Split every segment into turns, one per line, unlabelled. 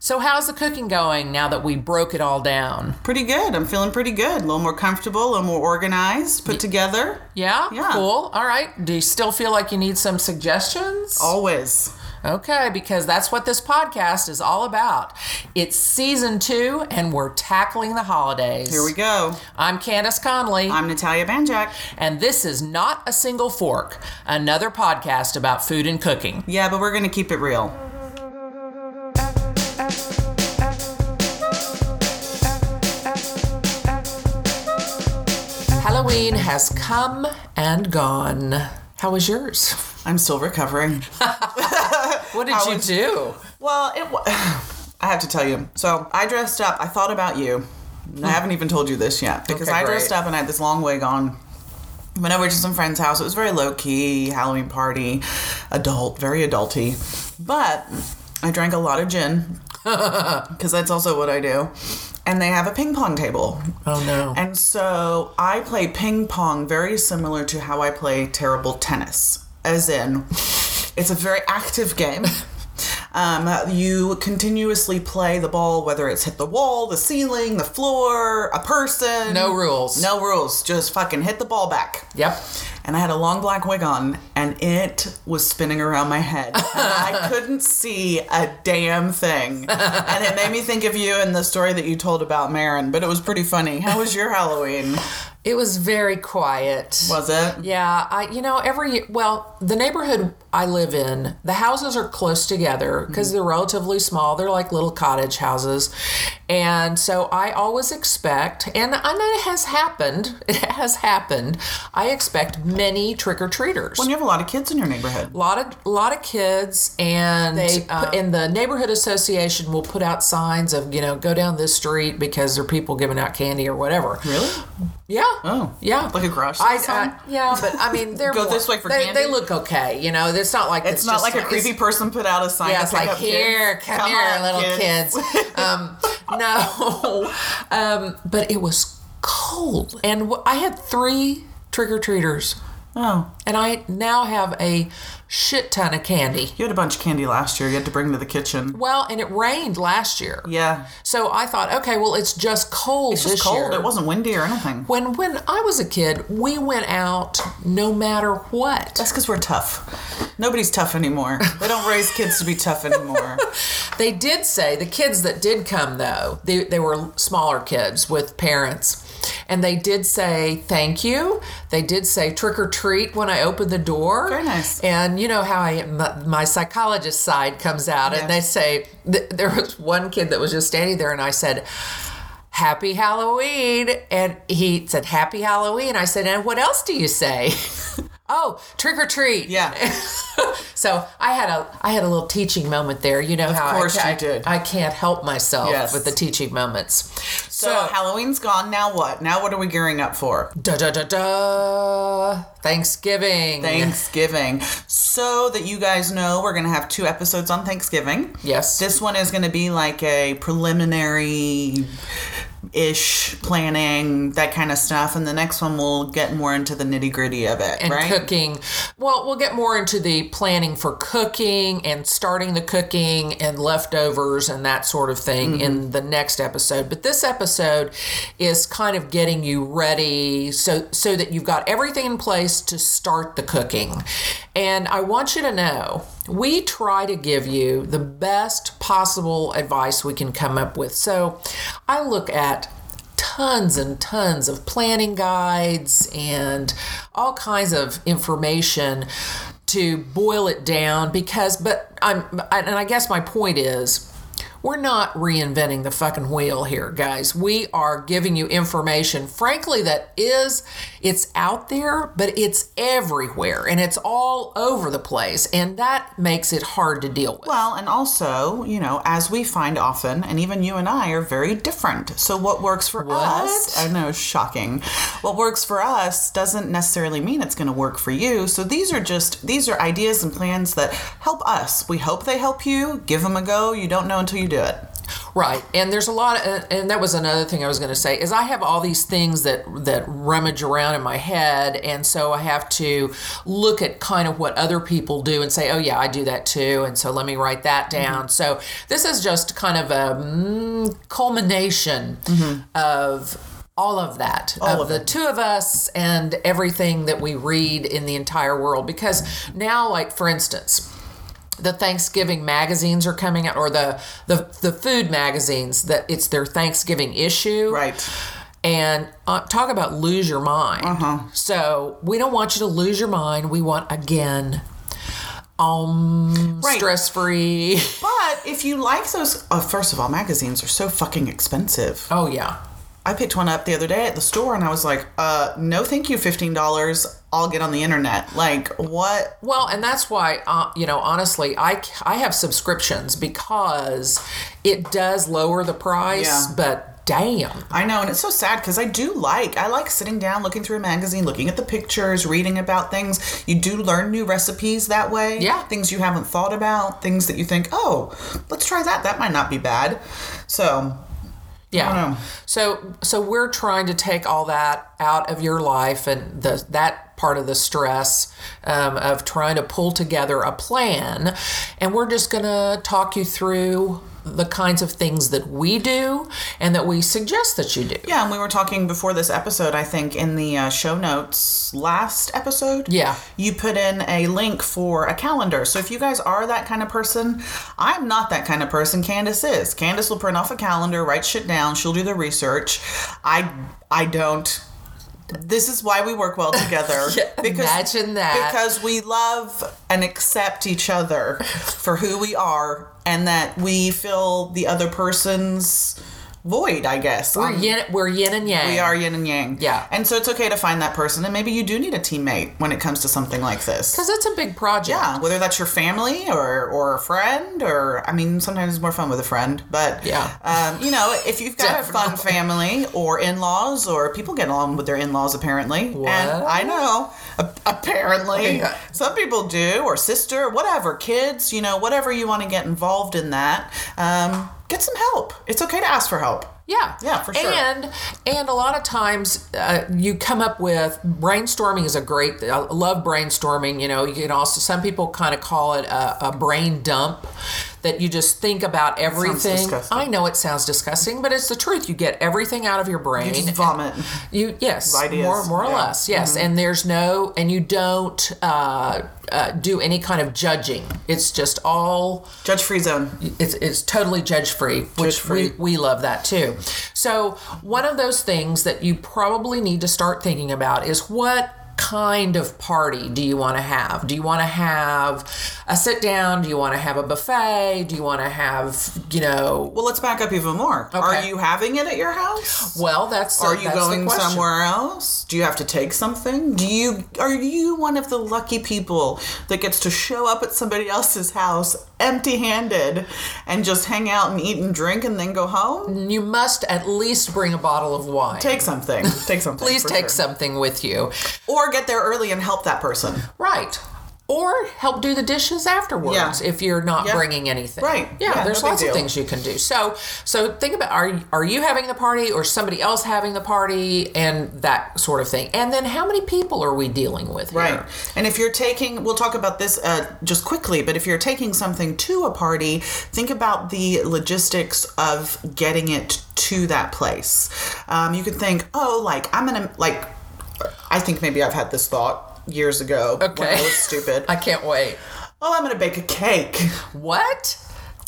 So, how's the cooking going now that we broke it all down?
Pretty good. I'm feeling pretty good. A little more comfortable, a little more organized, put together.
Yeah?
Yeah.
Cool. All right. Do you still feel like you need some suggestions?
Oh. Always.
Okay, because that's what this podcast is all about. It's season two, and we're tackling the holidays.
Here we go.
I'm Candace Conley,
I'm Natalia Banjak.
and this is Not a Single Fork, another podcast about food and cooking.
Yeah, but we're going to keep it real.
Halloween has come and gone. How was yours?
I'm still recovering.
What did you do?
Well, it. wa I have to tell you. So I dressed up. I thought about you. And I haven't even told you this yet because
Okay,
I dressed
great.
up and I had this long wig on. Went over to some friend's house. It was very low key Halloween party, adult, very adulty. But I drank a lot of gin because that's also what I do. And they have a ping pong table.
Oh no.
And so I play ping pong very similar to how I play terrible tennis, as in, it's a very active game. Um, you continuously play the ball, whether it's hit the wall, the ceiling, the floor, a person.
No Oh, rules.
No rules. Just fucking hit the ball back.
Yep.
And I had a long black wig on, and it was spinning around my head. And I couldn't see a damn thing. And it made me think of you and the story that you told about Marin, but it was pretty funny. How was your Halloween?
It was very quiet.
Was it?
Yeah, I you know every well the neighborhood I live in the houses are close together because they're relatively small. They're like little cottage houses, and so I always expect, and I know it has happened. It has happened. I expect many trick or treaters.
You have a lot of kids in your neighborhood.
A lot of lot of kids and they put, and the neighborhood association will put out signs of you know go down this street because there are people giving out candy or whatever.
Really?
Yeah.
Oh.
yeah.
Like a garage sale
I,
sign?
I- yeah, but I mean, they're
Go
more-
this way for
they,
candy?
They look okay. You know, it's not like
It's, not
just
like a creepy
it's-
person put out a sign.
yeah,
to
it's
pick
like
up
here,
kids.
come, here,
on,
little kids. um, no, um, but it was cold, and w- I had three trick or treaters.
Oh,
And I now have a shit ton of candy.
you had a bunch of candy last year. You had to bring to the kitchen.
Well, and it rained last year.
Yeah,
So I thought, okay, well, it's just cold
it's just
this
cold.
year.
It wasn't windy or anything.
When when I was a kid, we went out no matter what.
That's because we're tough. Nobody's tough anymore. They don't raise kids to be tough anymore.
They did say the kids that did come though, they, they were smaller kids with parents. And they did say thank you. They did say trick or treat when I opened the door.
Very nice.
And you know how I my, my psychologist side comes out, and they say th- there was one kid that was just standing there, and I said, "Happy Halloween," and he said, "Happy Halloween." I said, "And what else do you say?" oh, trick or treat.
Yeah.
so I had a I had a little teaching moment there. You know how I-
course you
I,
did.
I can't help myself
Yes.
with the teaching moments.
So, Halloween's gone. Now what? Now what are we gearing up for?
da da da da. Thanksgiving.
Thanksgiving. So that you guys know, we're gonna have two episodes on Thanksgiving.
Yes.
This one is gonna be like a preliminary ish planning, that kind of stuff, and the next one we'll get more into the nitty gritty of it,
and
right?
cooking. Well, we'll get more into the planning for cooking and starting the cooking and leftovers and that sort of thing
Mm-hmm.
in the next episode. But this episode is kind of getting you ready so so that you've got everything in place to start the cooking. And I want you to know we try to give you the best possible advice we can come up with. So I look at tons and tons of planning guides and all kinds of information to boil it down because but I'm and I guess my point is we're not reinventing the fucking wheel here guys we are giving you information frankly that is it's out there but it's everywhere and it's all over the place and that makes it hard to deal with
Well, and also, you know, as we find often, and even you and I are very different. So what works for us, I know, shocking. What works for us doesn't necessarily mean it's going to work for you. So these are just these are ideas and plans that help us. We hope they help you. Give them a go. You don't know until you do it.
Right, and there's a lot, of, and that was another thing I was going to say is I have all these things that that rummage around in my head, and so I have to look at kind of what other people do and say, oh yeah, I do that too, and so let me write that down. So this is just kind of a mm, culmination of Mm-hmm. all of that of, the two of us and everything that we read in the entire world because now, like for instance the Thanksgiving magazines are coming out, or the the the food magazines that it's their Thanksgiving issue,
Right.
And uh, talk about lose your mind.
Uh-huh.
So we don't want you to lose your mind. We want again, um,
Right.
stress free.
But if you like those, oh, first of all, magazines are so fucking expensive.
Oh yeah,
I picked one up the other day at the store, and I was like, uh, no, thank you, fifteen dollars. I'll get on the internet. Like what?
Well, and that's why, uh, you know, honestly, I, I have subscriptions because it does lower the price,
Yeah.
but damn.
I know, and it's so sad because I do like I like sitting down, looking through a magazine, looking at the pictures, reading about things. You do learn new recipes that way.
Yeah.
things you haven't thought about, things that you think, oh, let's try that. That might not be bad. So
Yeah.
don't know.
So so we're trying to take all that out of your life and the that part of the stress um, of trying to pull together a plan, and we're just gonna talk you through the kinds of things that we do and that we suggest that you do.
yeah, and we were talking before this episode. I think in the uh, show notes last episode.
Yeah.
you put in a link for a calendar. So if you guys are that kind of person, I'm not that kind of person. Candace is. Candace will print off a calendar, write shit down. She'll do the research. I I don't. This is why we work well together.
imagine that.
Because we love and accept each other for who we are, and that we fill the other person's void. I guess
We're yin, we're yin and yang.
we are yin and yang.
Yeah.
And so it's okay to find that person. And maybe you do need a teammate when it comes to something like this.
because it's a big project.
Yeah. Whether that's your family or, or a friend, or I mean, sometimes it's more fun with a friend. But,
Yeah.
um, you know, if you've got a fun family or in laws, or people get along with their in laws apparently. And I know, a- apparently.
Oh, Yeah.
Some people do, or sister, whatever, kids, you know, whatever you want to get involved in that. Um, get some help. It's okay to ask for help.
Yeah,
Yeah, for sure.
And and a lot of times uh, you come up with brainstorming is a great. I love brainstorming. You know, you can also some people kind of call it a, a brain dump that you just think about everything.
disgusting.
I know it sounds disgusting, but it's the truth. You get everything out of your brain.
Just vomit.
You yes,
Ideas,
more more or
yeah. Mm-hmm.
less yes, and there's no and you don't uh, uh, do any kind of judging. It's just all
Judge free zone.
it's, it's totally judge free, which
Judge-free.
We, we love that too. So, one of those things that you probably need to start thinking about is what kind of party do you want to have? Do you want to have a sit down? Do you want to have a buffet? Do you want to have, you know,
Well, let's back up even more. Are you having it at your house?
well, that's
Are you
that's the
going
question.
somewhere else? Do you have to take something? Do you are you one of the lucky people that gets to show up at somebody else's house empty-handed and just hang out and eat and drink and then go home?
You must at least bring a bottle of wine.
Take something. Take something.
Please
for
take
sure.
something with you.
Or get there early and help that person.
Right. Or help do the dishes afterwards
Yeah.
if you're not
Yeah.
bringing anything.
Right.
Yeah,
Yeah,
there's
no big
lots of
deal.
things you can do. So so think about are are you having the party or somebody else having the party and that sort of thing. And then how many people are we dealing with here?
Right. And if you're taking, we'll talk about this uh, just quickly, but if you're taking something to a party, think about the logistics of getting it to that place. Um, you could think, oh, like, I'm going to, like, I think maybe I've had this thought. years ago. When I
Okay.
was stupid.
I can't wait.
oh, I'm going to bake a cake.
What?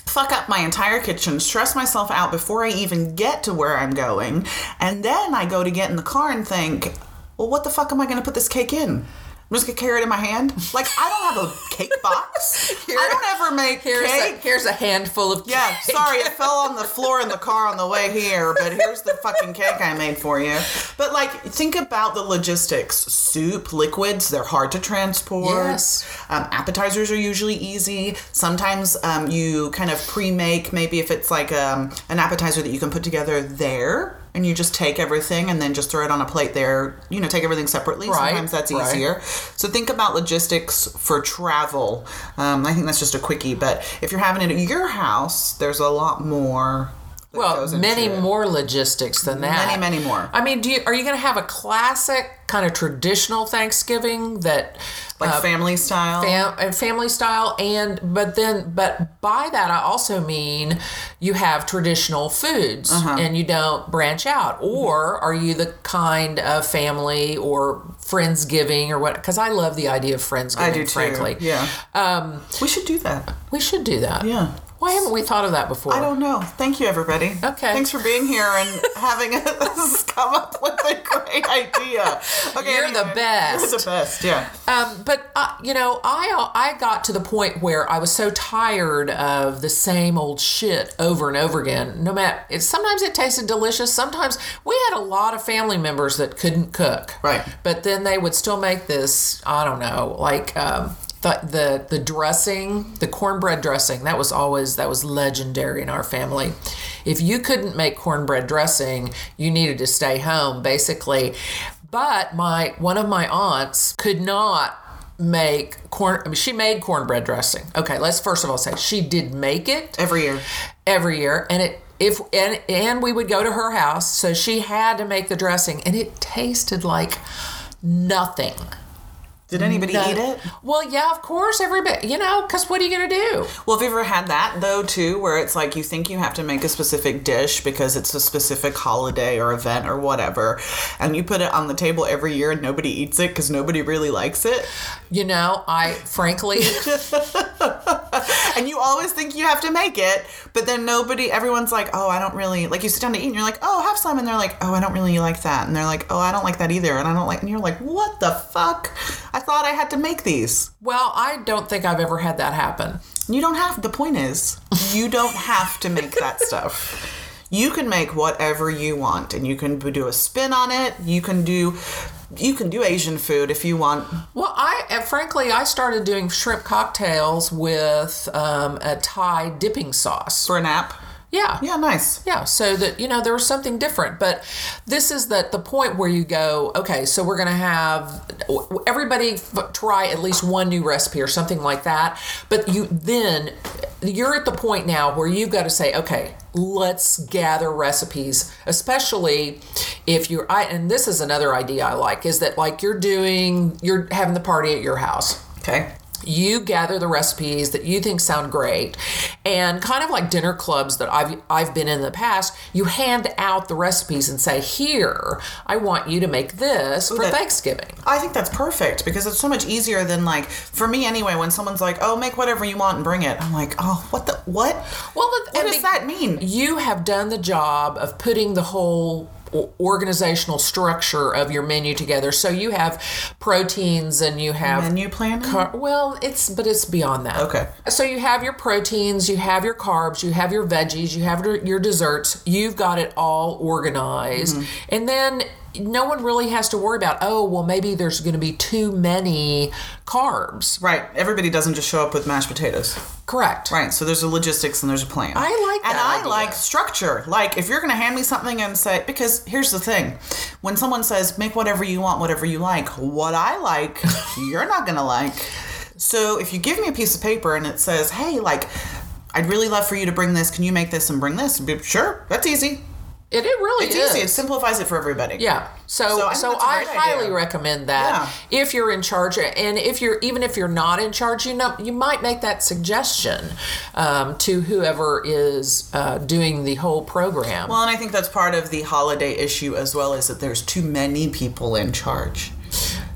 fuck up my entire kitchen, stress myself out before I even get to where I'm going. And then I go to get in the car and think, well, what the fuck am I going to put this cake in? I'm just gonna carry it in my hand. Like I don't have a cake box. I don't ever make
Here's
cake.
a, here's a handful of
yeah,
cake.
sorry, it fell on the floor in the car on the way here, but here's the fucking cake I made for you. But like, think about the logistics: soup, liquids, they're hard to transport.
Yes.
Um, appetizers are usually easy. Sometimes um, you kind of pre-make, maybe if it's like um, an appetizer that you can put together there. And you just take everything and then just throw it on a plate there. You know, take everything separately.
Right,
Sometimes that's
right.
easier. So think about logistics for travel. Um, I think that's just a quickie, but if you're having it at your house, there's a lot more. that
Well,
goes into
many
it.
more logistics than that.
Many, many more.
I mean, do you, are you going to have a classic kind of traditional Thanksgiving that
like family style.
fam- uh, family style and but then but by that I also mean you have traditional foods
Uh-huh.
and you don't branch out or are you the kind of family or friendsgiving or what because I love the idea of friendsgiving
I do too.
frankly Um,
Yeah. we should do that.
we should do that
Yeah.
why haven't we thought of that before
I don't know. Thank you, everybody.
Okay.
Thanks for being here and having us come up with a great idea. Okay.
You're the best.
You're the best. Yeah.
Um, but uh, you know, I I got to the point where I was so tired of the same old shit over and over again. No matter, it, sometimes it tasted delicious. Sometimes we had a lot of family members that couldn't cook,
Right.
But then they would still make this. I don't know, like. Um, the, the the dressing the cornbread dressing that was always that was legendary in our family if you couldn't make cornbread dressing you needed to stay home basically but my one of my aunts could not make corn I mean, she made cornbread dressing okay let's first of all say she did make it
Every year.
every year and it if and and we would go to her house so she had to make the dressing and it tasted like nothing
Did anybody eat it?
well yeah of course everybody you know because what are you gonna do
Well, have you ever had that though too, where it's like you think you have to make a specific dish because it's a specific holiday or event or whatever, and you put it on the table every year and nobody eats it because nobody really likes it,
you know i frankly
and you always think you have to make it, but then nobody, everyone's like, oh, I don't really like. You sit down to eat and you're like, oh, have some, and they're like, oh, I don't really like that, and they're like, oh, I don't like that either, and I don't like, and you're like, what the fuck? I thought I had to make these.
well i don't think i've ever had that happen
You don't have. The point is, you don't have to make that stuff. You can make whatever you want, and you can do a spin on it. You can do, you can do Asian food if you want.
Well, I and frankly, I started doing shrimp cocktails with um, a Thai dipping sauce.
For an app,
Yeah.
yeah, nice.
Yeah, so that you know there was something different, but this is that the point where you go, okay, so we're gonna have everybody f- try at least one new recipe or something like that. But you then you're at the point now where you've got to say, okay, let's gather recipes, especially if you're. I and this is another idea I like is that like you're doing you're having the party at your house
Okay,
you gather the recipes that you think sound great and kind of like dinner clubs that I've I've been in the past you hand out the recipes and say here I want you to make this for
that-
Thanksgiving
I think that's perfect because it's so much easier than like for me anyway. When someone's like, "Oh, make whatever you want and bring it," I'm like, "Oh, what the what?
well
what does that mean?"
you have done the job of putting the whole o- organizational structure of your menu together so you have proteins and you have
Menu planning.
Car- well, it's but it's beyond that.
Okay.
So you have your proteins, you have your carbs, you have your veggies, you have your, your desserts. You've got it all organized,
Mm-hmm.
and then no one really has to worry about. Oh, well, maybe there's going to be too many carbs.
Right. Everybody doesn't just show up with mashed potatoes.
Correct.
Right. So there's a logistics and there's a plan.
I like
And
that
I
idea.
like structure. Like if you're going to hand me something and say because here's the thing. When someone says make whatever you want, whatever you like, what I like, you're not going to like. So if you give me a piece of paper and it says, "Hey, like I'd really love for you to bring this. Can you make this and bring this?" I'd be, sure. That's easy.
It, it really
It's
is.
easy. It simplifies it for everybody.
Yeah.
So I
So so,
think that's a
I
great
highly
idea.
recommend that if you're in charge, and if you're even if you're not in charge, you know you might make that suggestion um, to whoever is uh, doing the whole program.
Well, and I think that's part of the holiday issue as well is that there's too many people in charge.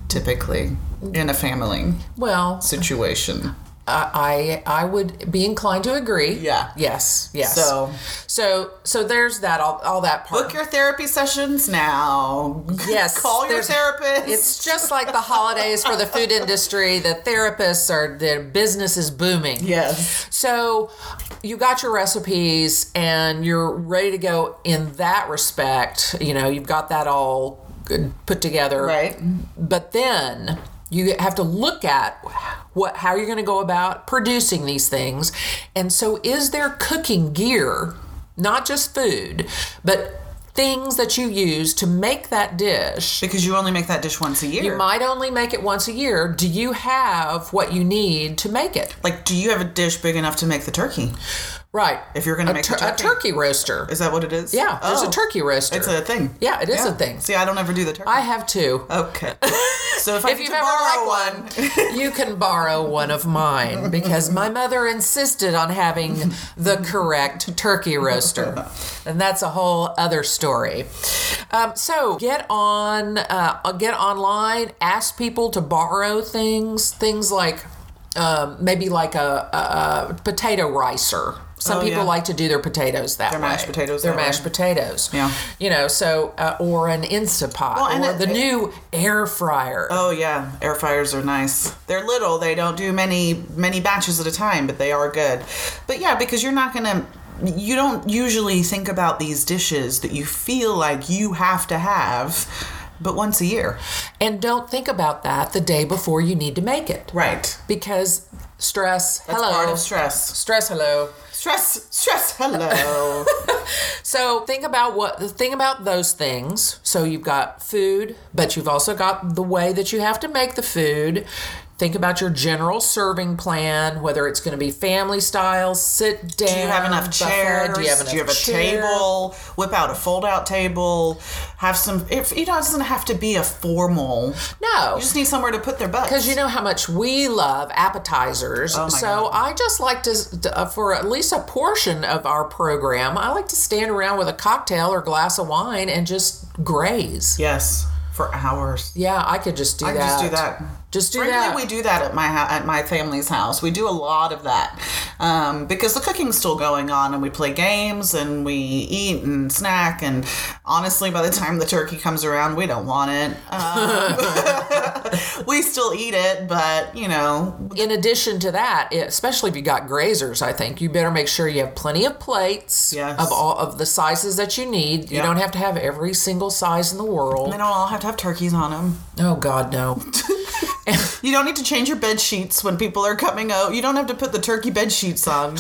typically in a family
Well,
situation.
I I I would be inclined to agree.
Yeah.
Yes. Yes.
So-
so so there's that all, all that part.
Book your therapy sessions now.
yes.
Call your
there's-
therapist.
It's just like the holidays for the food industry. The therapists are their business is booming.
yes.
So you got your recipes and you're ready to go in that respect. You know, you've got that all good, put together.
Right.
But then you have to look at what how you're going to go about producing these things. And so is there cooking gear, not just food, but things that you use to make that dish
Because you only make that dish once a year.
you might only make it once a year. Do you have what you need to make it?
like, do you have a dish big enough to make the turkey?
Right.
If you're gonna
A
make
tur-
a turkey.
roaster.
Is that what it is?
yeah, there's
Oh.
a turkey roaster.
It's a Oh, thing.
Yeah, it is a thing.
See, I don't ever do the turkey.
I have two.
okay. So if, I
If
need
you've
to
ever
borrow
liked
one,
you can borrow one of mine because my mother insisted on having the correct turkey roaster. And that's a whole other story. Um, so get on, uh, get online, ask people to borrow things, things like um, maybe like a, a potato ricer. Some
Oh,
people
yeah.
like to do their potatoes that
Their
way.
mashed potatoes
Their
that way.
mashed potatoes.
Yeah.
You know, so uh, or an Instapot
Well, and
or
it-
the
it-
new air fryer.
Oh yeah, air fryers are nice. They're little. They don't do many many batches at a time, but they are good. But yeah, because you're not going to you don't usually think about these dishes that you feel like you have to have but once a year.
And don't think about that the day before you need to make it.
Right.
Because stress,
That's
hello.
part of stress.
Stress, hello.
Stress stress hello.
So think about what the thing about those things. So you've got food, but you've also got the way that you have to make the food. Think about your general serving plan, whether it's going to be family style, sit down.
do you have enough
buffet,
chairs?
Do you have, enough
a
chair?
table? Whip out a fold out table. Have some if you know it doesn't have to be a formal.
No.
You just need somewhere to put their butts.
Because you know how much we love appetizers.
Oh my
so
God.
I just like to, uh, for at least a portion of our program, I like to stand around with a cocktail or glass of wine and just graze. Yeah,
Yes, for hours.
I could just do
I
that.
just do that.
Just do
Frankly,
that.
we do that at my hou- at my family's house. We do a lot of that um, because the cooking's still going on, and we play games, and we eat and snack. And honestly, by the time the turkey comes around, we don't want it. Um, we still eat it, but you know,
In addition to that, it- especially if you got grazers, I think you better make sure you have plenty of plates
Yes.
of all of the sizes that you need. You
Yeah.
don't have to have every single size in the
they
world.
don't all have to have turkeys on them.
Oh God, no.
You don't need to change your bed sheets when people are coming out. You don't have to put the turkey bed sheets on.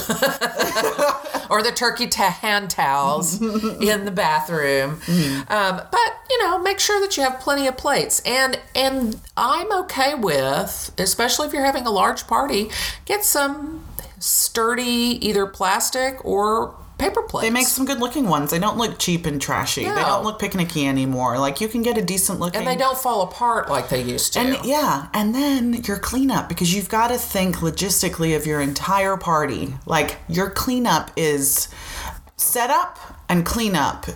or the turkey ta- hand towels in the bathroom.
Mm-hmm.
Um, but you know, make sure that you have plenty of plates. And and I'm okay with, especially if you're having a large party, get some sturdy either plastic or paper plates.
They make some good looking ones. They don't look cheap and trashy. They
No.
don't look picnicky anymore. Like you can get a decent looking.
and they don't fall apart like they used to.
And yeah, and then your cleanup because you've got to think logistically of your entire party. Like your cleanup is setup and cleanup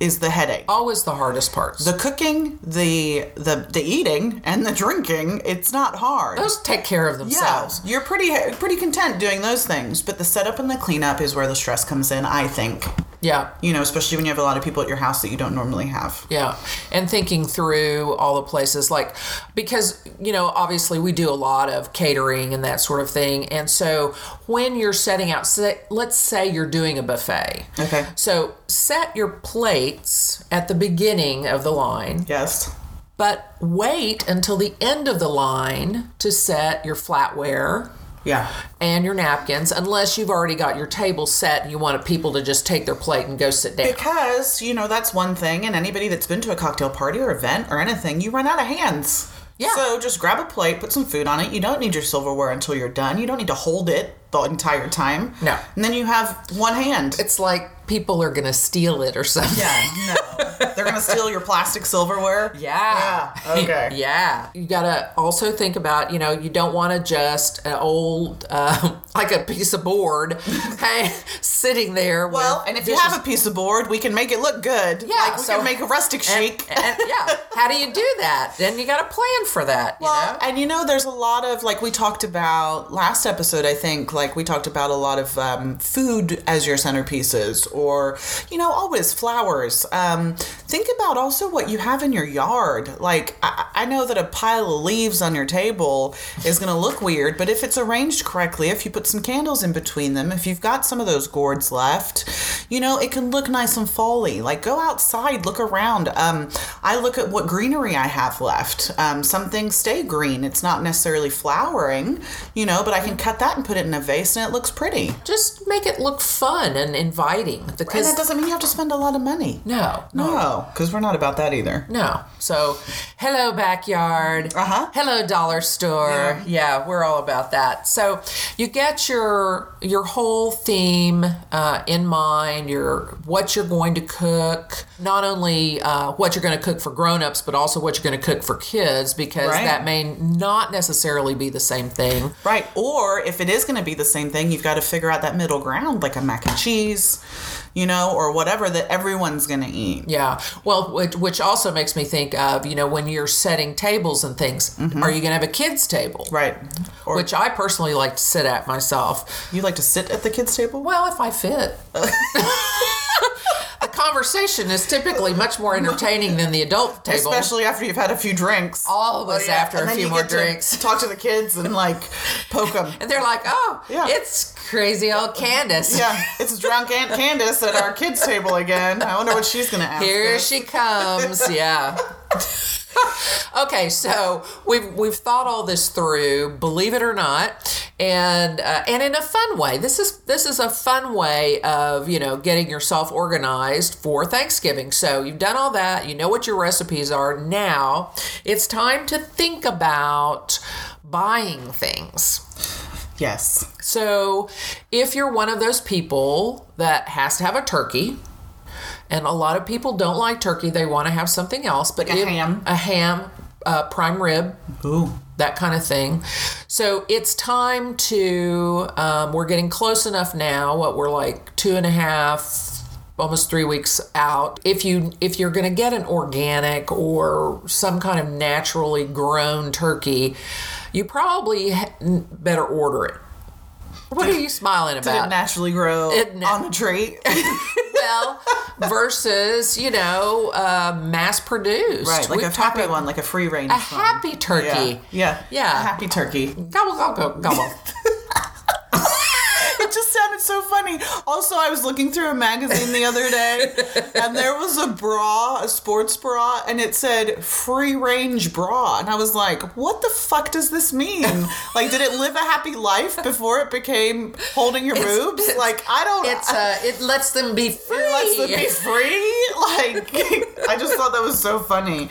is the headache.
Always the hardest parts.
The cooking, the the the eating, and the drinking. It's not hard.
Those take care of
Yeah,
themselves.
you're pretty pretty content doing those things, but the setup and the cleanup is where the stress comes in. I think.
Yeah.
You know, especially when you have a lot of people at your house that you don't normally have.
Yeah. And thinking through all the places, like, because, you know, obviously we do a lot of catering and that sort of thing. And so when you're setting out, say, let's say you're doing a buffet.
Okay.
So set your plates at the beginning of the line,
Yes.
but wait until the end of the line to set your flatware
Yeah.
and your napkins, unless you've already got your table set and you want people to just take their plate and go sit down.
Because, you know, that's one thing, and anybody that's been to a cocktail party or event or anything, you run out of hands.
Yeah.
So just grab a plate, put some food on it. You don't need your silverware until you're done. You don't need to hold it the entire time.
No.
And then you have one hand.
It's like people are going to steal it or something.
yeah, no. They're They're gonna steal your plastic silverware.
Yeah.
Yeah, okay.
yeah. You got to also think about, you know, you don't want to just an old, uh, like a piece of board hang- sitting there.
Well,
with
and if you
dishes.
have a piece of board, we can make it look good.
Yeah,
like we
so-
can make a rustic chic.
And, and- yeah. How do you do that? Then you got to plan for that. you
Well,
know?
and you know, there's a lot of like we talked about last episode. I think like we talked about a lot of um, food as your centerpieces, or you know, always flowers. Um, think about also what you have in your yard. Like I, I know that a pile of leaves on your table is going to look weird, but if it's arranged correctly, if you put some candles in between them, if you've got some of those gourds left, you know, it can look nice and folly. Like go outside, look around. Um, I look at what greenery I have left. Um, some things stay green. It's not necessarily flowering, you know, but I can cut that and put it in a vase and it looks pretty.
just make it look fun and inviting
And
because
that doesn't mean you have to spend a lot of money.
no, no,
No, because we're not about that either.
no. So, hello backyard. Uh
Uh-huh.
Hello dollar store. Yeah. we're all about that. So, you get your your whole theme uh, in mind. Your what you're going to cook. Not only uh, what you're going to cook for grown-ups, but also what you're going to cook for kids because
Right.
that may not necessarily be the same thing.
Right. Or if it is going to be the same thing, you've got to figure out that middle ground, like a mac and cheese, you know, or whatever that everyone's going to eat.
Yeah. Well, which, which also makes me think of, you know, when you're setting tables and things, are you going to have a kids' table?
Mm-hmm. Right. Or
Which I personally like to sit at myself.
you like to sit at the kids' table?
Well, if I fit. the conversation is typically much more entertaining than the adult table.
Especially after you've had a few drinks.
all of us after
And
a
then
few
you
more
get to
drinks.
talk to the kids and like poke them.
And they're like, oh,
Yeah.
it's crazy old Candace.
yeah, it's drunk Aunt Candace at our kids' table again. I wonder what she's going to ask.
Here
us.
she comes. Yeah. okay, so we've we've thought all this through, believe it or not, and uh, and in a fun way. This is this is a fun way of you know getting yourself organized for Thanksgiving. So you've done all that, you know what your recipes are. Now it's time to think about buying things.
Yes.
So, if you're one of those people that has to have a turkey, and a lot of people don't like turkey, they want to have something else, but
a
if-
ham.
a ham, uh, prime rib,
Ooh.
that kind of thing. So it's time to. Um, we're getting close enough now. What we're like two and a half, almost three weeks out. If you if you're going to get an organic or some kind of naturally grown turkey, you probably ha- n- better order it. What are you smiling
Did it
about?
naturally grow
It na-
on a tree?
well, versus you know, uh, mass produced.
right, like
We've
a
talked
happy one, like a free range
a happy turkey.
Yeah.
Yeah.
A happy turkey.
Gobble gobble gobble.
It just sounded so funny. Also, I was looking through a magazine the other day, and there was a bra, a sports bra, and it said free range bra. And I was like, what the fuck does this mean? Like, did it live a happy life before it became holding your boobs? like, I don't
It's uh, it lets them be free.
it lets them be free. Like, I just thought that was so funny.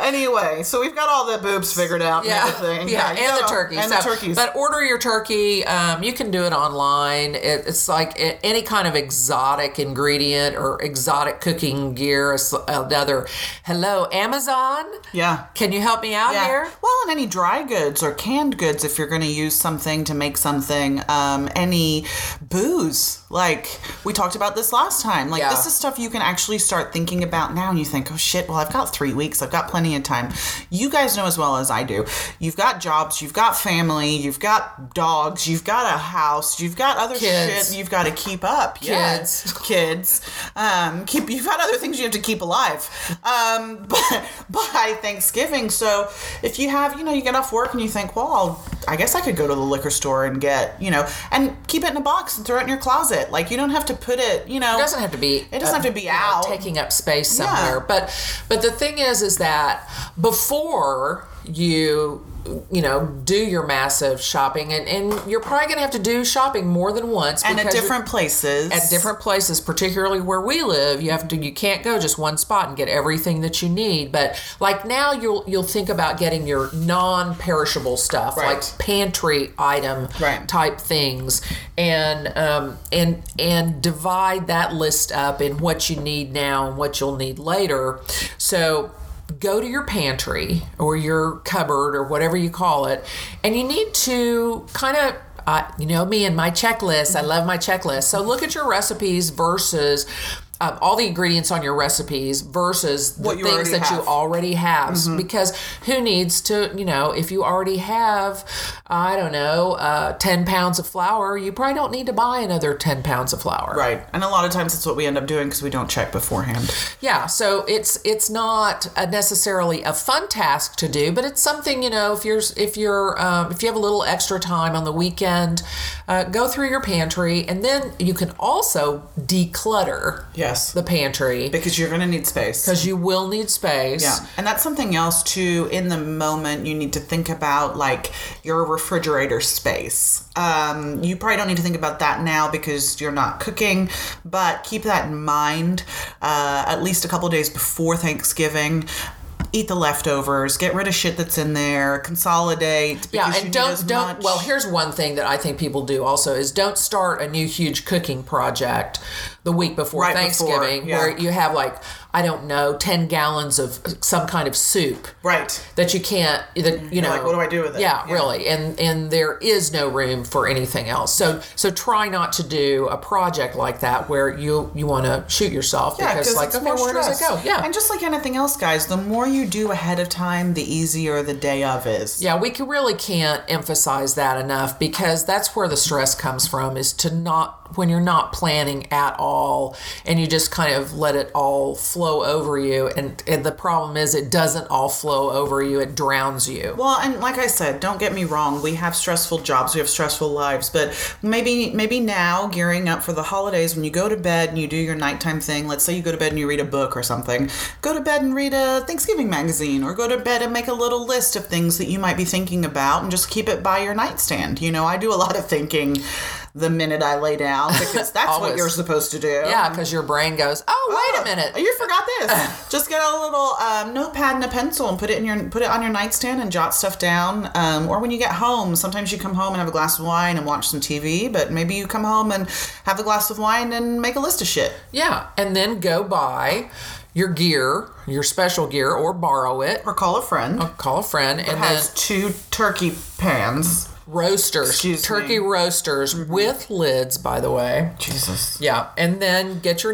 Anyway, so we've got all the boobs figured out.
yeah,
and everything.
yeah,
you
and the
know,
turkey,
and
so-
the turkeys.
But order your turkey. Um, you can do it online. It, it's like a- any kind of exotic ingredient or exotic cooking gear. is Another hello, Amazon.
yeah.
Can you help me out here?
Well, and any dry goods or canned goods, if you're going to use something to make something, um, any booze. Like we talked about this last time. Like
Yeah.
this is stuff you can actually start thinking about now, and you think, oh shit, well I've got three weeks, I've got plenty of time. You guys know as well as I do. You've got jobs, you've got family, you've got dogs, you've got a house, you've got other
Kids.
shit you've got to keep up. Yeah.
Kids.
kids. Um, keep you've got other things you have to keep alive um, but, by Thanksgiving. So if you have, you know, you get off work and you think, well, I'll, I guess I could go to the liquor store and get, you know, and keep it in a box and throw it in your closet. Like you don't have to put it, you know,
It doesn't have to be. uh,
It doesn't have to be
you know,
out.
taking up space somewhere. But but the thing is, is that before you you know, do your massive shopping, and, and you're probably going to have to do shopping more than once.
and at
because you're-
different places.
at different places, particularly where we live, you have to you can't go just one spot and get everything that you need. But like now, you'll you'll think about getting your non-perishable stuff,
Right.
like pantry item
Right.
type things, and um, and and divide that list up in what you need now and what you'll need later. So. Go to your pantry or your cupboard or whatever you call it, and you need to kind of I, you know me and my checklist. I love my checklist. So look at your recipes versus um, all the ingredients on your recipes versus the
What you
things
already
that you
have.
already have.
Mm-hmm.
Because who needs to, you know, if you already have, I don't know, uh, 10 pounds of flour, you probably don't need to buy another 10 pounds of flour.
Right. And a lot of times it's what we end up doing because we don't check beforehand.
Yeah, so it's it's not a necessarily a fun task to do, but it's something you know if you're if you're um, if you have a little extra time on the weekend, uh, go through your pantry, and then you can also declutter
Yes.
the pantry
because you're going to need space.
because you will need space.
Yeah. And that's something else too in the moment you need to think about like your refrigerator space. Um, you probably don't need to think about that now because you're not cooking, but keep that in mind uh, at least a couple days before Thanksgiving. Eat the leftovers, get rid of shit that's in there, consolidate.
Yeah,
because you
and
need as
don't don't.
much-
Well, here's one thing that I think people do also is don't start a new huge cooking project the week before
Right before,
Thanksgiving,
yeah.
where you have like I don't know ten gallons of some kind of soup.
Right.
that you can't that you know
like, what do I do with it?
yeah,
Yeah.
really and and there is no room for anything else so so try not to do a project like that where you you want to shoot yourself because like
it's
okay
more
where does it go
stress.
yeah
And just like anything else, guys, the more you do ahead of time, the easier the day of is.
yeah we can, really can't emphasize that enough because that's where the stress comes from is to not when you're not planning at all and you just kind of let it all flow over you and, and the problem is it doesn't all flow over you it drowns you
Well, and like I said, don't get me wrong. We have stressful jobs, we have stressful lives, but maybe maybe now gearing up for the holidays, when you go to bed and you do your nighttime thing. Let's say you go to bed and you read a book or something. Go to bed and read a Thanksgiving magazine, or go to bed and make a little list of things that you might be thinking about, and just keep it by your nightstand. You know, I do a lot of thinking the minute I lay down because that's what
Always.
you're supposed to do.
yeah because your brain goes oh wait a minute
You forgot this. Just get a little um, notepad and a pencil and put it in your put it on your nightstand and jot stuff down. Um, or when you get home, sometimes you come home and have a glass of wine and watch some TV. But maybe you come home and have a glass of wine and make a list of shit.
Yeah, and then go buy your gear, your special gear, or borrow it.
Or call a friend.
Call a friend and then
Has two turkey pans.
roasters,
Excuse
turkey
me.
roasters with lids, by the way.
Jesus.
Yeah, and then get your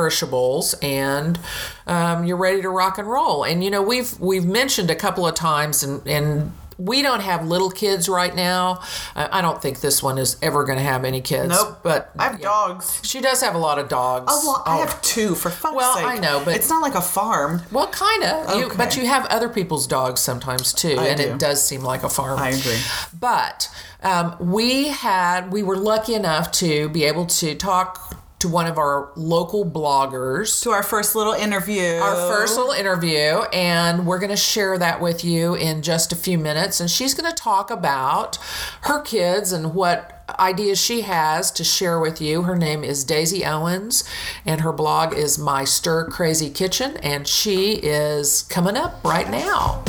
non-perishables, and um, you're ready to rock and roll. And you know we've we've mentioned a couple of times, and and we don't have little kids right now. I, I don't think this one is ever going to have any kids.
Nope.
But
I have dogs.
she does have a lot of dogs.
Oh, well, I have two for fuck's
Well,
sake.
I know, but-
it's not like a farm.
Well, kind of. You,
Okay.
but you have other people's dogs sometimes too, and
do.
it does seem like a farm.
I agree.
But um, we had, we were lucky enough to be able to talk to one of our local bloggers.
To our first little interview.
Our first little interview, and we're going to share that with you in just a few minutes. And she's going to talk about her kids and what ideas she has to share with you. Her name is Daisy Owens, and her blog is My Stir Crazy Kitchen, and she is coming up right now.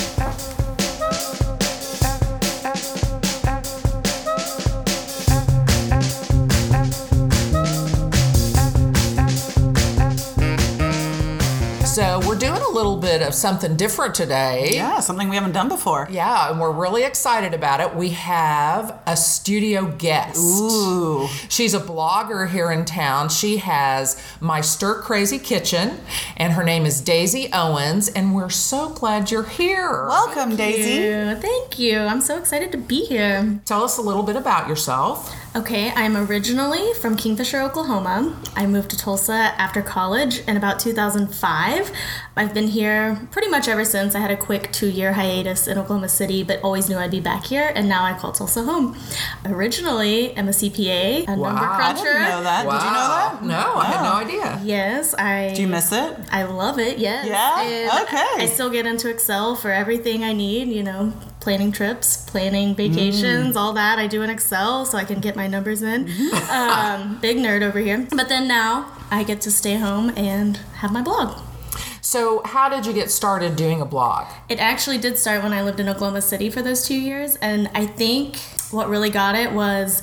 So, we're doing a little bit of something different today.
Yeah, something we haven't done before.
Yeah, and we're really excited about it. We have a studio guest. Ooh. She's a blogger here in town. She has My Stir Crazy Kitchen, and her name is Daisy Owens, and we're so glad you're here.
Welcome, Daisy.
you. Thank you. I'm so excited to be here.
Tell us a little bit about yourself.
Okay, I'm originally from Kingfisher, Oklahoma. I moved to Tulsa after college in about 2005. I've been here pretty much ever since. I had a quick two year hiatus in Oklahoma City, but always knew I'd be back here, and now I call Tulsa home. Originally, I'm a CPA, a number
Wow.
cruncher.
Didn't know that. Did you know that?
No, I had no idea.
Yes, I.
Do you miss it?
I love it. Yes.
Yeah?
And
Okay.
I still get into Excel for everything I need. You know, planning trips, planning
Mm.
vacations, all that I do in Excel so I can get my numbers in. um, big nerd over here. But then now I get to stay home and have my blog.
So, how did you get started doing a blog?
It actually did start when I lived in Oklahoma City for those two years, and I think what really got it was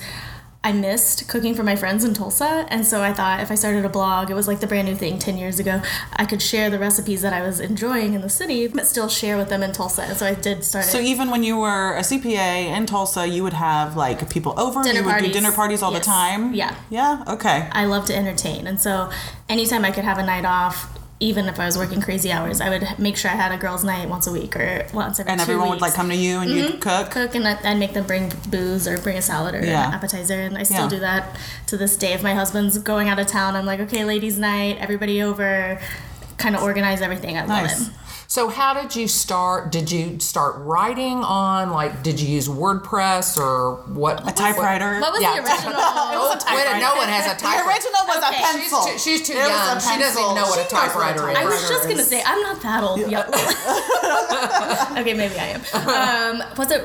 I missed cooking for my friends in Tulsa, and so I thought if I started a blog, it was like the brand new thing 10 years ago, I could share the recipes that I was enjoying in the city, but still share with them in Tulsa. And so I did start
So
it.
even when you were a CPA in Tulsa, you would have like people over.
Dinner
you would do
parties.
dinner parties all
Yes.
the time.
Yeah.
Yeah. Okay.
I love to entertain, and so anytime I could have a night off, even if I was working crazy hours, I would make sure I had a girls' night once a week or once every
And
two
everyone would
weeks. Mm-hmm.
like come to you and you'd cook.
cook and I'd I'd make them bring booze or bring a salad or
Yeah.
an appetizer and I still
Yeah.
do that to this day if my husband's going out of town I'm like okay ladies night everybody over kind of organize everything I
Nice.
love it
So, how did you start? Did you start writing on like? Did you use WordPress or what?
A typewriter.
what was
Yeah.
the original
Wait, no one has a
the
typewriter.
original was
Okay.
a pencil.
She's too- she's too
It was a
young. She doesn't
pencil.
know what a
She knows what
typewriter is.
I was just
typewriter
gonna say I'm not that old yeah. okay maybe I am um, was it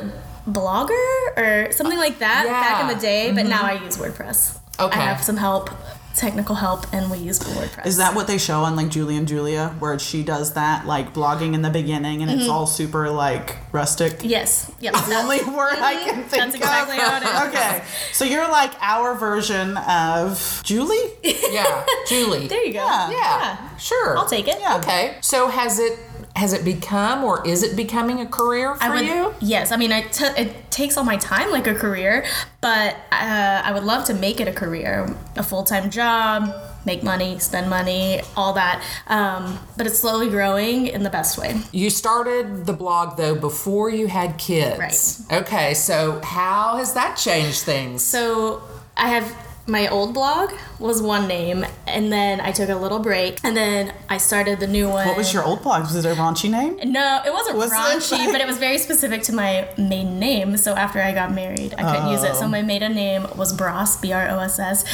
blogger or something like that
Yeah.
back in the day
Mm-hmm.
but now I use WordPress
Okay.
I have some help technical help and we use WordPress
Is that what they show on like Julie and Julia, where she does that like blogging in the beginning and
Mm-hmm.
it's all super like rustic?
yes yep
The only word I can think
Mm-hmm. that's exactly how it is
of. Okay, so you're like our version of Julie.
yeah, Julie.
there you go
Yeah.
yeah, sure.
I'll take it.
Yeah.
Okay. So has it has it become or is it becoming a career for
I would,
you?
Yes, I mean, it, t- it takes all my time like a career, but uh, I would love to make it a career, a full time job, make money, spend money, all that. Um, but it's slowly growing in the best way.
You started the blog though before you had kids. Right. Okay, so how has that changed things?
So I have my old blog was one name, and then I took a little break, and then I started the new one.
What was your old blog? Was it a raunchy name?
No, it wasn't
Was it?
raunchy, but it was very specific to my maiden name. So after I got married, I couldn't use it.
Oh.
So my maiden name was Bross, B R O S S,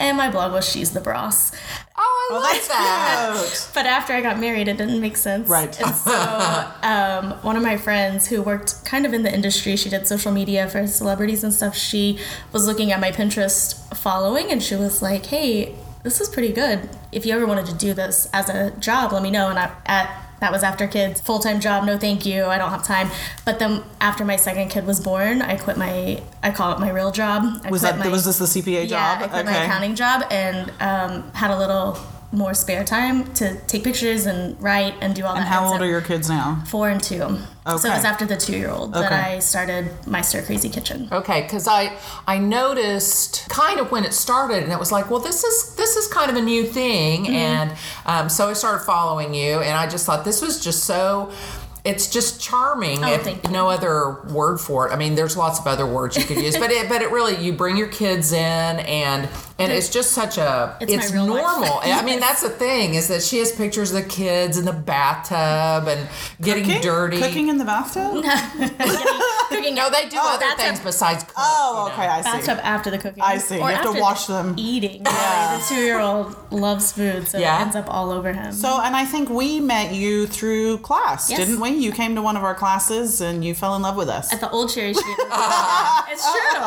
and my blog was She's the Bross.
oh, I
Oh,
like
that's
that.
cute.
But after I got married, it didn't make sense.
Right.
And so, um, one of my friends who worked kind of in the industry, she did social media for celebrities and stuff. She was looking at my Pinterest following and she was like, hey, this is pretty good. If you ever wanted to do this as a job, let me know. And I, at that was after kids, full time job. No, thank you. I don't have time. But then after my second kid was born, I quit my. I call it my real job. I
Was
quit
that
my-
was this the CPA
yeah,
job?
I quit my accounting job and um, had a little more spare time to take pictures and write and do all
And
that.
how old
So
are your kids now?
Four and two. So
Okay.
it was after the two-year-old that
Okay.
I started my Stir Crazy Kitchen.
Okay, because I I noticed kind of when it started, and it was like, well, this is this is kind of a new thing, and um, so I started following you, and I just thought this was just so. It's just charming.
Oh,
if
thank you.
no other word for it. I mean, there's lots of other words you could use, but it but it really you bring your kids in and and it's just such a it's,
It's my real life.
normal. I mean, that's the thing is that she has pictures of the kids in the bathtub and getting
Cooking?
dirty.
Cooking in the bathtub.
Cooking
No, they do other
bathtub-
things besides cook.
Oh, okay, I see.
Bathtub after the cooking.
I see. You have to
after
wash
the
them.
Eating. The two-year-old loves food, so
Yeah.
it ends up all over him.
So, and I think we met you through class,
Yes.
didn't we? You came to one of our classes and you fell in love with us.
At the old cherry tree. it's true.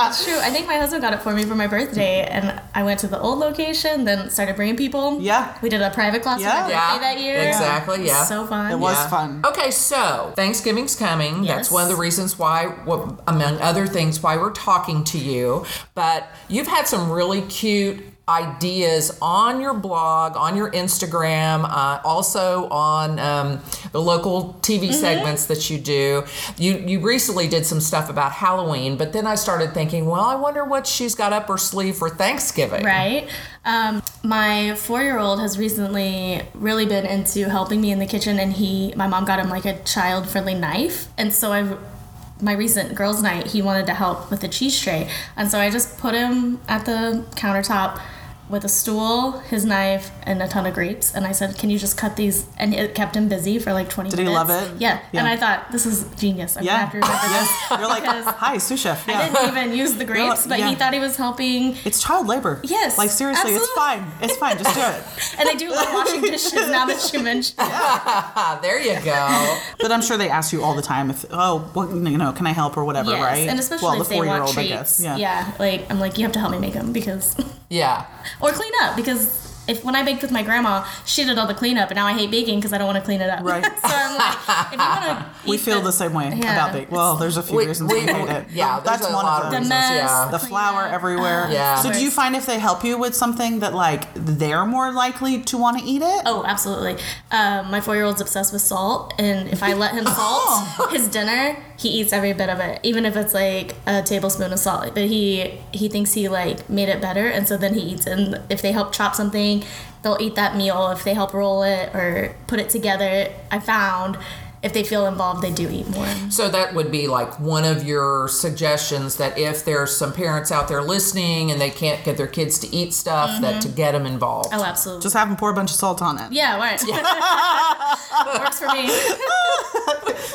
It's true. I think my husband got it for me for my birthday, and I went to the old location, then started bringing people.
Yeah.
We did a private class
Yeah.
for my birthday
Yeah,
that year.
exactly, yeah.
So fun.
It was fun.
Okay, so Thanksgiving's coming. That's
Yes.
one of the reasons why, wha- among other things, why we're talking to you. But you've had some really cute ideas on your blog, on your Instagram, uh, also on um, the local TV
Mm-hmm.
segments that you do. You you recently did some stuff about Halloween, but then I started thinking, well, I wonder what she's got up her sleeve for Thanksgiving.
Right. Um, my four-year-old has recently really been into helping me in the kitchen, and he, my mom got him like a child-friendly knife, and so I've. My recent girls' night, he wanted to help with the cheese tray, and so I just put him at the countertop, with a stool, his knife, and a ton of grapes. And I said, "Can you just cut these?" And it kept him busy for like 20
Did he
minutes.
love it?
Yeah.
Yeah.
And I thought this is genius. I'm
Yeah.
gonna have to remember this.
You're like,
Because-
hi, sous chef.
I
Yeah.
didn't even use the grapes, but
yeah.
he thought he was helping.
It's child labor.
Yes,
Like, seriously, it's
absolutely.
fine. It's fine. Just do it.
And I do love washing dishes now that you mentioned. it.
Ah, there you go.
But I'm sure they ask you all the time if, oh, well, you know, can I help or whatever,
Yes,
right?
and especially
well,
if they want
four-year-old,
treats.
Yeah.
like I'm like you have to help me make them because,
yeah.
or clean up because if when I baked with my grandma, she did all the cleanup, and now I hate baking because I don't want to clean it up.
Right.
so I'm like, if you want to,
We feel the same way
Yeah,
about bacon. Well, there's a few
We-
reasons
we-
we hate it.
yeah, there's
that's
a
one
lot
of
of
the
the
reasons.
mess,
yeah.
the
clean
flour
up.
everywhere.
Yeah.
So do you find if they help you with something that like they're more likely to want to eat it?
Oh, absolutely. Um, my four-year-old's obsessed with salt, and if I let him
Oh.
salt his dinner, he eats every bit of it, even if it's like a tablespoon of salt. But he he thinks he like made it better, and so then he eats. it. And if they help chop something, they'll eat that meal. If they help roll it or put it together, I found if they feel involved, they do eat more.
So that would be like one of your suggestions that if there's some parents out there listening and they can't get their kids to eat stuff, that to get them involved.
Mm-hmm. Oh, absolutely.
Just have them pour a bunch of salt on it.
yeah, right. Works for me.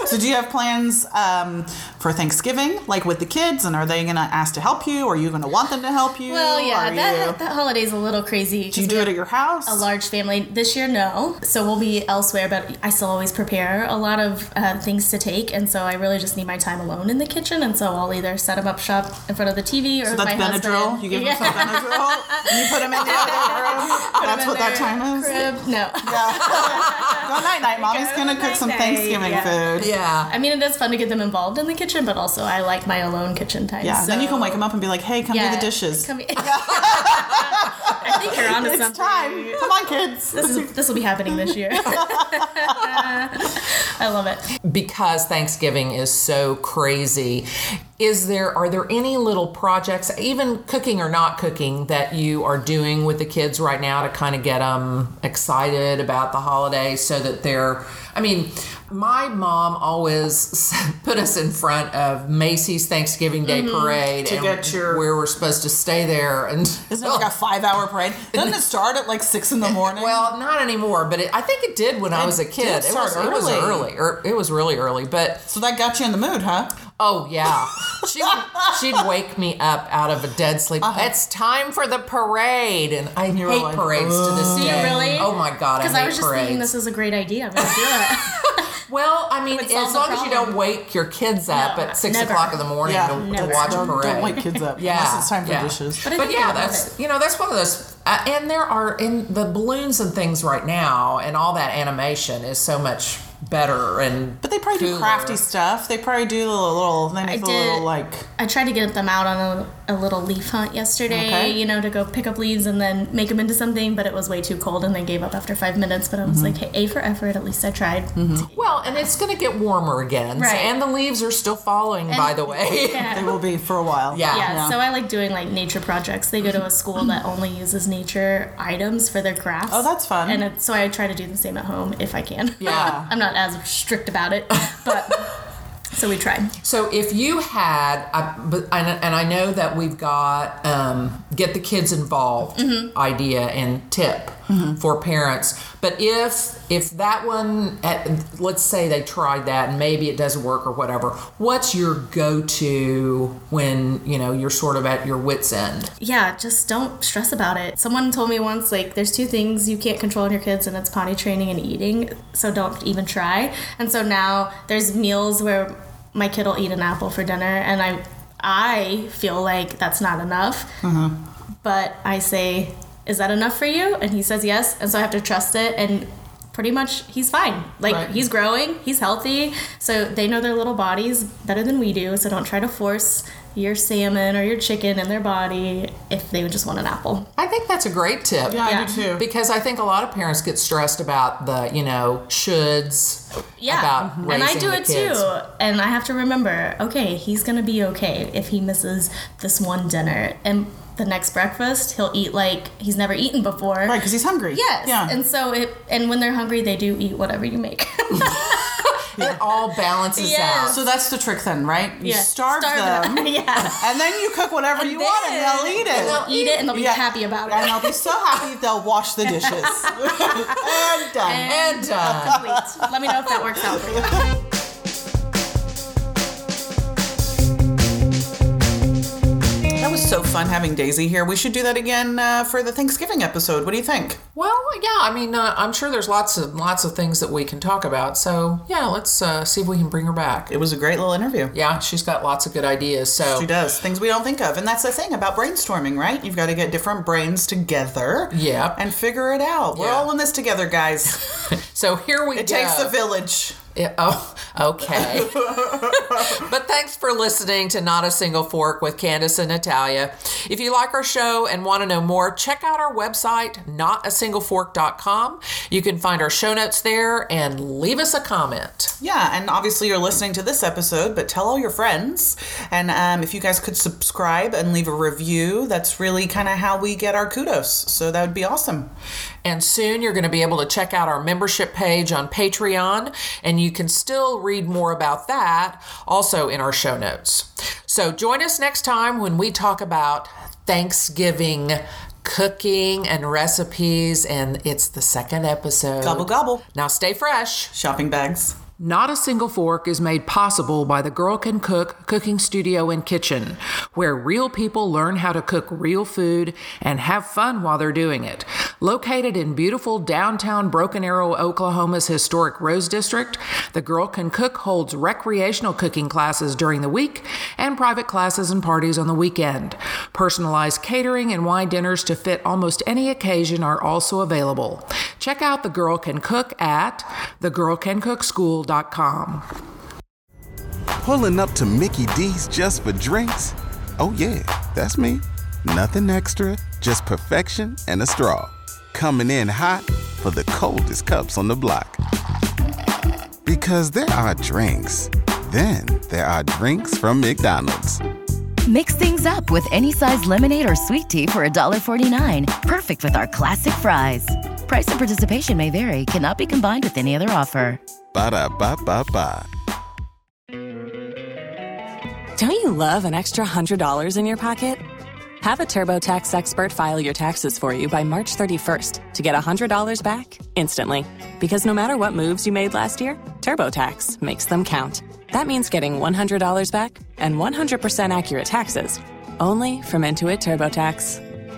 So do you have plans um, for Thanksgiving, like with the kids, and are they gonna ask to help you? Or are you gonna want them to help you?
Well, yeah,
Are
that,
you-
that holiday's a little crazy.
do you do it at your house?
a large family this year no so we'll be elsewhere but i still always prepare a lot of uh, things to take and so i really just need my time alone in the kitchen and so i'll either set them up shop in front of the tv or
So
if
that's
my
Benadryl.
husband
You give them some Benadryl. and you put them in the other room. That's
in
what that
their
time is.
crib. no
Go night night. Mommy's
Go
gonna cook some
night-night,
Thanksgiving
yeah.
food.
Yeah.
i mean it is fun to get them involved in the kitchen but also i like my alone kitchen time
Yeah.
so,
then you can wake them up and be like, Hey, come do the dishes.
come- i think you're onto
it's
something
time. Come on, kids.
this is this will be happening this year i love it
Because Thanksgiving is so crazy. Is there are there any little projects, even cooking or not cooking, that you are doing with the kids right now to kind of get them excited about the holiday so that they're I mean, my mom always put us in front of Macy's Thanksgiving Day parade to
Mm-hmm. get your-
where we're supposed to stay there and
Isn't it like a five-hour parade? Doesn't it start at like six in the morning?
Well, not anymore, but it, I think it did when I was a kid.
did
It
start
was, it was
early.
early. Or it was really early, but
so that got you in the mood, huh?
oh yeah, she she'd wake me up out of a dead sleep.
Uh-huh.
It's time for the parade, and I
you were
hate
like,
parades to this
Do you
day.
really?
Oh my god,
because
I hate
I was just
parades.
thinking this is a great idea. I'm gonna do it.
well, I mean,
would
as
solve the
long as you
problem.
don't wake your kids up
No,
at six
never.
o'clock in the morning
Yeah.
to, to
Never.
watch a
Don't,
parade.
don't wake kids up.
Yeah,
Unless it's time for
yeah.
dishes.
But I
But
think they
yeah,
love
that's
it.
you know that's one of those. Uh, and there are in the balloons and things right now, and all that animation is so much better. And
But they probably do
cooler.
crafty stuff. They probably do the little. They make the
did-
little like.
I tried to get them out on a, a little leaf hunt yesterday,
Okay.
you know, to go pick up leaves and then make them into something, but it was way too cold and they gave up after five minutes. But I
Mm-hmm.
was like, hey, A for effort, at least I tried.
Well, and it's going to get warmer again,
Right.
and the leaves are still falling. by the way,
They will be for a while.
Yeah.
Yeah, so I like doing like nature projects. They go to a
Mm-hmm.
school that only uses nature items for their crafts.
Oh, that's fun.
And it, so I try to do the same at home if I can.
Yeah.
I'm not as strict about it, but so we tried.
So if you had, I- but- and and I know that we've got um, get the kids involved idea and tip for parents. But if if that one, at, let's say they tried that and maybe it doesn't work or whatever, what's your go to when you know you're sort of at your wits end?
yeah, just don't stress about it. Someone told me once, like, there's two things you can't control in your kids, and it's potty training and eating, so don't even try. And so now there's meals where my kid will eat an apple for dinner, and I, I feel like that's not enough. But I say, is that enough for you? And he says yes, and so I have to trust it and. Pretty much, he's fine. Like,
Right.
he's growing, he's healthy. So, they know their little bodies better than we do. So, don't try to force your salmon or your chicken in their body if they would just want an apple.
I think that's a great tip.
Yeah, I
Yeah.
do too.
Because I think a lot of parents get stressed about the, you know, shoulds.
Yeah.
About
and I
raising
do
the
it
kids.
too. And I have to remember okay, he's going to be okay if he misses this one dinner. And the next breakfast, he'll eat like he's never eaten before.
Right, because he's hungry.
Yes.
Yeah.
And so it, and when they're hungry, they do eat whatever you make.
It all balances
Yes.
out.
So that's the trick then, right? You starve, them,
yeah.
and then you cook whatever you want, and they'll eat it.
They'll eat it and they'll be
Yeah.
happy about
and
it.
they'll be so happy they'll wash the dishes. and done.
And uh,
Complete. Let me know if that works out for you.
that was so fun having Daisy here. We should do that again uh, for the Thanksgiving episode. What do you think?
well, yeah. I mean, uh, I'm sure there's lots of lots of things that we can talk about. So yeah, let's uh, see if we can bring her back.
It was a great little interview.
Yeah, she's got lots of good ideas. So
She does things we don't think of, and that's the thing about brainstorming, right? You've got to get different brains together,
Yep.
and figure it out. We're
Yeah.
all in this together, guys.
so here we
It
go.
takes a village.
Yeah, oh, okay. but thanks for listening to Not a Single Fork with Candace and Natalia. If you like our show and want to know more, check out our website, notasinglefork.com. You can find our show notes there and leave us a comment.
Yeah, and obviously you're listening to this episode, but tell all your friends. And um, if you guys could subscribe and leave a review, that's really kind of how we get our kudos. So that would be awesome.
And soon you're going to be able to check out our membership page on Patreon, and you can still read more about that also in our show notes. So join us next time when we talk about Thanksgiving cooking and recipes, and it's the second episode.
Gobble, gobble.
Now stay fresh.
Shopping bags.
Not a Single Fork is made possible by the Girl Can Cook Cooking Studio and Kitchen, where real people learn how to cook real food and have fun while they're doing it. Located in beautiful downtown Broken Arrow, Oklahoma's historic Rose District, the Girl Can Cook holds recreational cooking classes during the week and private classes and parties on the weekend. Personalized catering and wine dinners to fit almost any occasion are also available. Check out The Girl Can Cook at thegirlcancookschool.com.
Pulling up to Mickey D's just for drinks? Oh, yeah, that's me. Nothing extra, just perfection and a straw. Coming in hot for the coldest cups on the block. Because there are drinks, then there are drinks from McDonald's.
Mix things up with any size lemonade or sweet tea for $1.49. Perfect with our classic fries. Price and participation may vary, cannot be combined with any other offer.
Ba da ba ba ba.
Don't you love an extra $100 in your pocket? Have a TurboTax expert file your taxes for you by March 31st to get $100 back instantly. Because no matter what moves you made last year, TurboTax makes them count. That means getting $100 back and 100% accurate taxes only from Intuit TurboTax.